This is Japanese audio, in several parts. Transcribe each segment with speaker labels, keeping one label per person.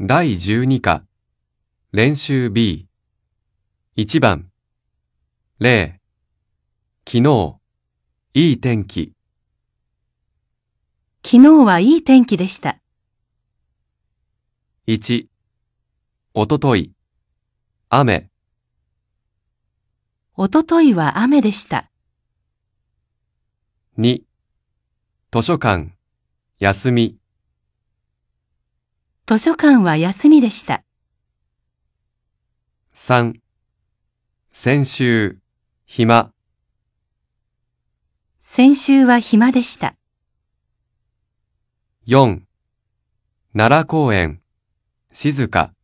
Speaker 1: 第12課、練習 B。1番、0、昨日、いい天気、
Speaker 2: 昨日はいい天気でした。
Speaker 1: 1、おととい、雨、
Speaker 2: おとといは雨でした。
Speaker 1: 2、図書館、休み、
Speaker 2: 図書館は休みでした。
Speaker 1: 3、先週、暇、
Speaker 2: 先週は暇でした。
Speaker 1: 4、奈良公園、静か、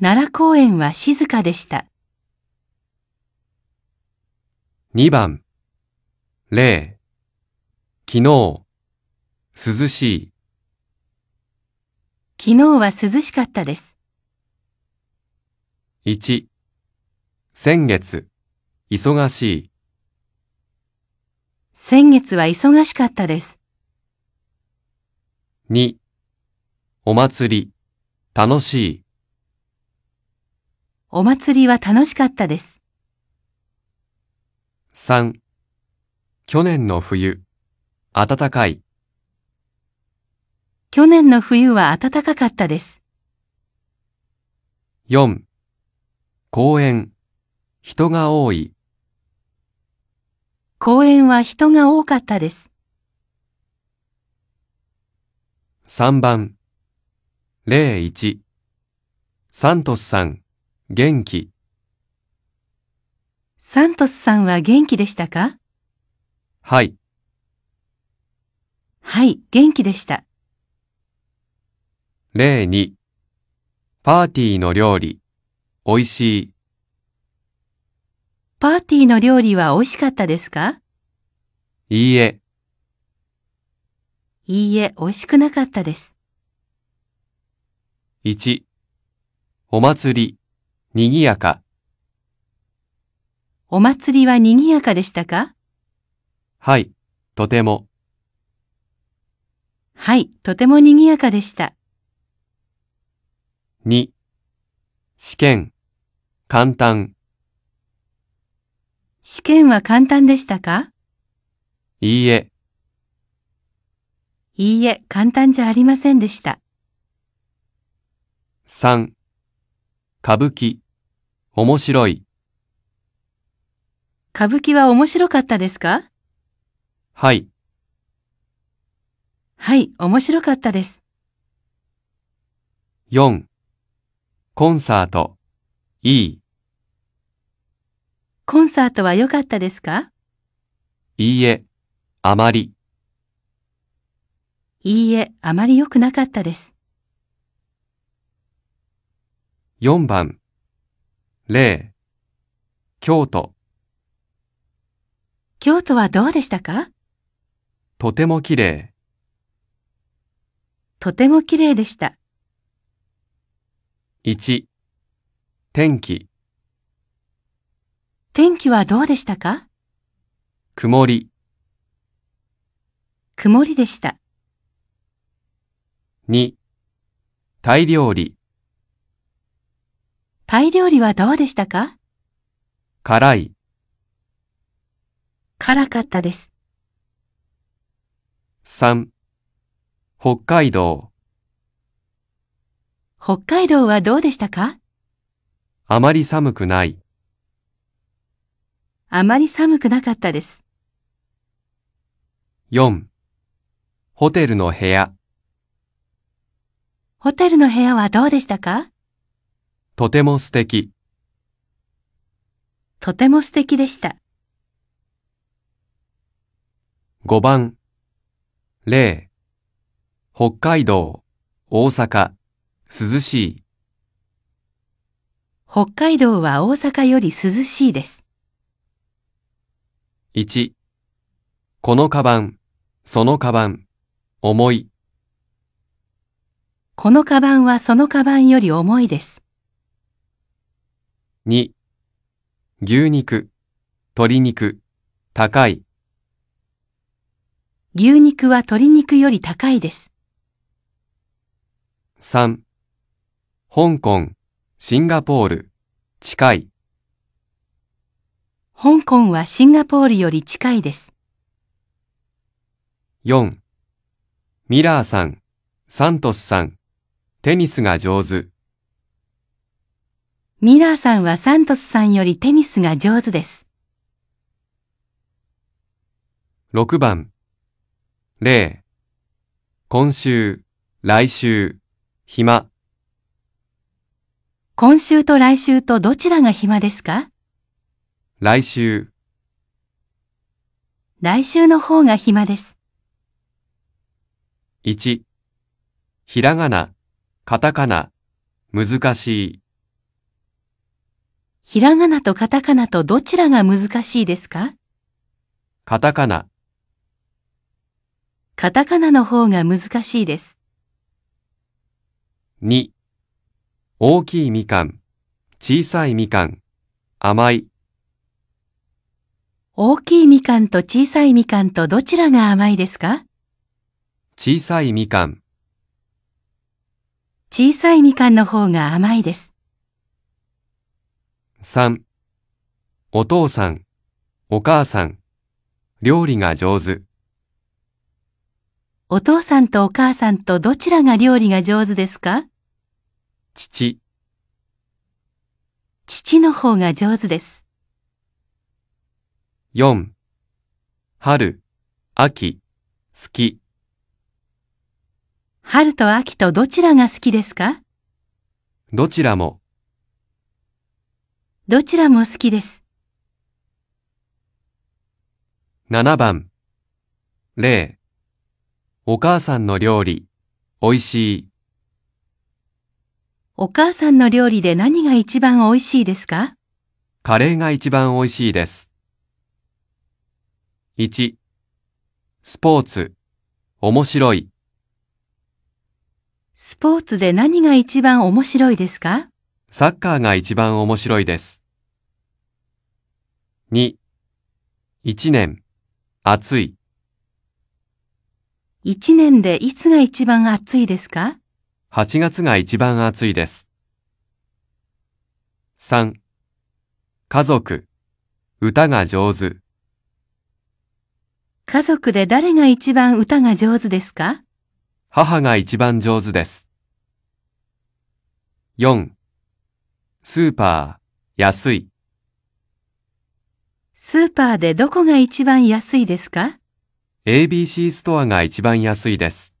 Speaker 2: 奈良公園は静かでした。
Speaker 1: 2番、0、昨日、涼しい、
Speaker 2: 昨日は涼しかったです。
Speaker 1: 1先月忙しい
Speaker 2: 先月は忙しかったです。
Speaker 1: 2お祭り楽しい
Speaker 2: お祭りは楽しかったです。
Speaker 1: 3去年の冬暖かい
Speaker 2: 去年の冬は暖かかったです。
Speaker 1: 4公園人が多い
Speaker 2: 公園は人が多かったです。
Speaker 1: 3番01サントスさん元気
Speaker 2: サントスさんは元気でしたか
Speaker 1: はい
Speaker 2: はい、元気でした。
Speaker 1: 02パーティーの料理おいしい
Speaker 2: パーティーの料理は美味しかったですか
Speaker 1: いいえ
Speaker 2: いいえ、美味しくなかったです。
Speaker 1: 1お祭りにぎやか
Speaker 2: お祭りは賑やかでしたか
Speaker 1: はい、とても。
Speaker 2: はい、とても賑やかでした。
Speaker 1: 2、試験、簡単、
Speaker 2: 試験は簡単でしたか
Speaker 1: いいえ、
Speaker 2: いいえ、簡単じゃありませんでした。
Speaker 1: 3、歌舞伎、面白い、
Speaker 2: 歌舞伎は面白かったですか
Speaker 1: はい、
Speaker 2: はい、面白かったです。
Speaker 1: 4、コンサート、い
Speaker 2: コンサートは良かったですか
Speaker 1: い、いいえ、あまり、
Speaker 2: いいえ、あまり良くなかったです。
Speaker 1: 4番、0、京都、
Speaker 2: 京都はどうでしたか
Speaker 1: とても綺麗、
Speaker 2: とても綺麗でした。
Speaker 1: 1、天気、
Speaker 2: 天気はどうでしたか
Speaker 1: 曇り、
Speaker 2: 曇りでした。
Speaker 1: 2、タイ料理、
Speaker 2: タイ料理はどうでしたか
Speaker 1: 辛い、
Speaker 2: 辛かったです。
Speaker 1: 3、北海道、
Speaker 2: 北海道はどうでしたか
Speaker 1: あまり寒くない。
Speaker 2: あまり寒くなかったです。
Speaker 1: 4. ホテルの部屋、
Speaker 2: ホテルの部屋はどうでしたか
Speaker 1: とても素敵。
Speaker 2: とても素敵でした。
Speaker 1: 5番。0. 北海道、大阪、涼しい。
Speaker 2: 北海道は大阪より涼しいです。
Speaker 1: 1. このカバン、そのカバン、重い。
Speaker 2: このカバンはそのカバンより重いです。
Speaker 1: 2. 牛肉、鶏肉、高い。
Speaker 2: 牛肉は鶏肉より高いです。
Speaker 1: 3、香港、シンガポール、近い、
Speaker 2: 香港はシンガポールより近いです。
Speaker 1: 4、ミラーさん、サントスさん、テニスが上手、
Speaker 2: ミラーさんはサントスさんよりテニスが上手です。
Speaker 1: 6番、0、今週、来週、暇、
Speaker 2: 今週と来週とどちらが暇ですか
Speaker 1: 来週、
Speaker 2: 来週の方が暇です。
Speaker 1: 1、ひらがな、カタカナ、難しい、
Speaker 2: ひらがなとカタカナとどちらが難しいですか
Speaker 1: カタカナ、
Speaker 2: カタカナの方が難しいです。
Speaker 1: 2、大きいみかん、小さいみかん、甘い、
Speaker 2: 大きいみかんと小さいみかんとどちらが甘いですか
Speaker 1: 小さいみかん、
Speaker 2: 小さいみかんの方が甘いです。
Speaker 1: 3、お父さん、お母さん、料理が上手、
Speaker 2: お父さんとお母さんとどちらが料理が上手ですか
Speaker 1: 父、
Speaker 2: 父の方が上手です。
Speaker 1: 4、春、秋、好き、
Speaker 2: 春と秋とどちらが好きですか
Speaker 1: どちらも、
Speaker 2: どちらも好きです。
Speaker 1: 7番。0. お母さんの料理、おいしい、
Speaker 2: お母さんの料理で何が一番美味しいですか
Speaker 1: カレーが一番おいしいです。1. スポーツ、面白い、
Speaker 2: スポーツで何が一番面白いですか
Speaker 1: サッカーが一番面白いです。2. 1年、暑い、
Speaker 2: 一年でいつが一番暑いですか
Speaker 1: 8月が一番暑いです。3. 家族、歌が上手。
Speaker 2: 家族で誰が一番歌が上手ですか
Speaker 1: 母が一番上手です。4. スーパー、安い、
Speaker 2: スーパーでどこが一番安いですか
Speaker 1: ABC ストアが一番安いです。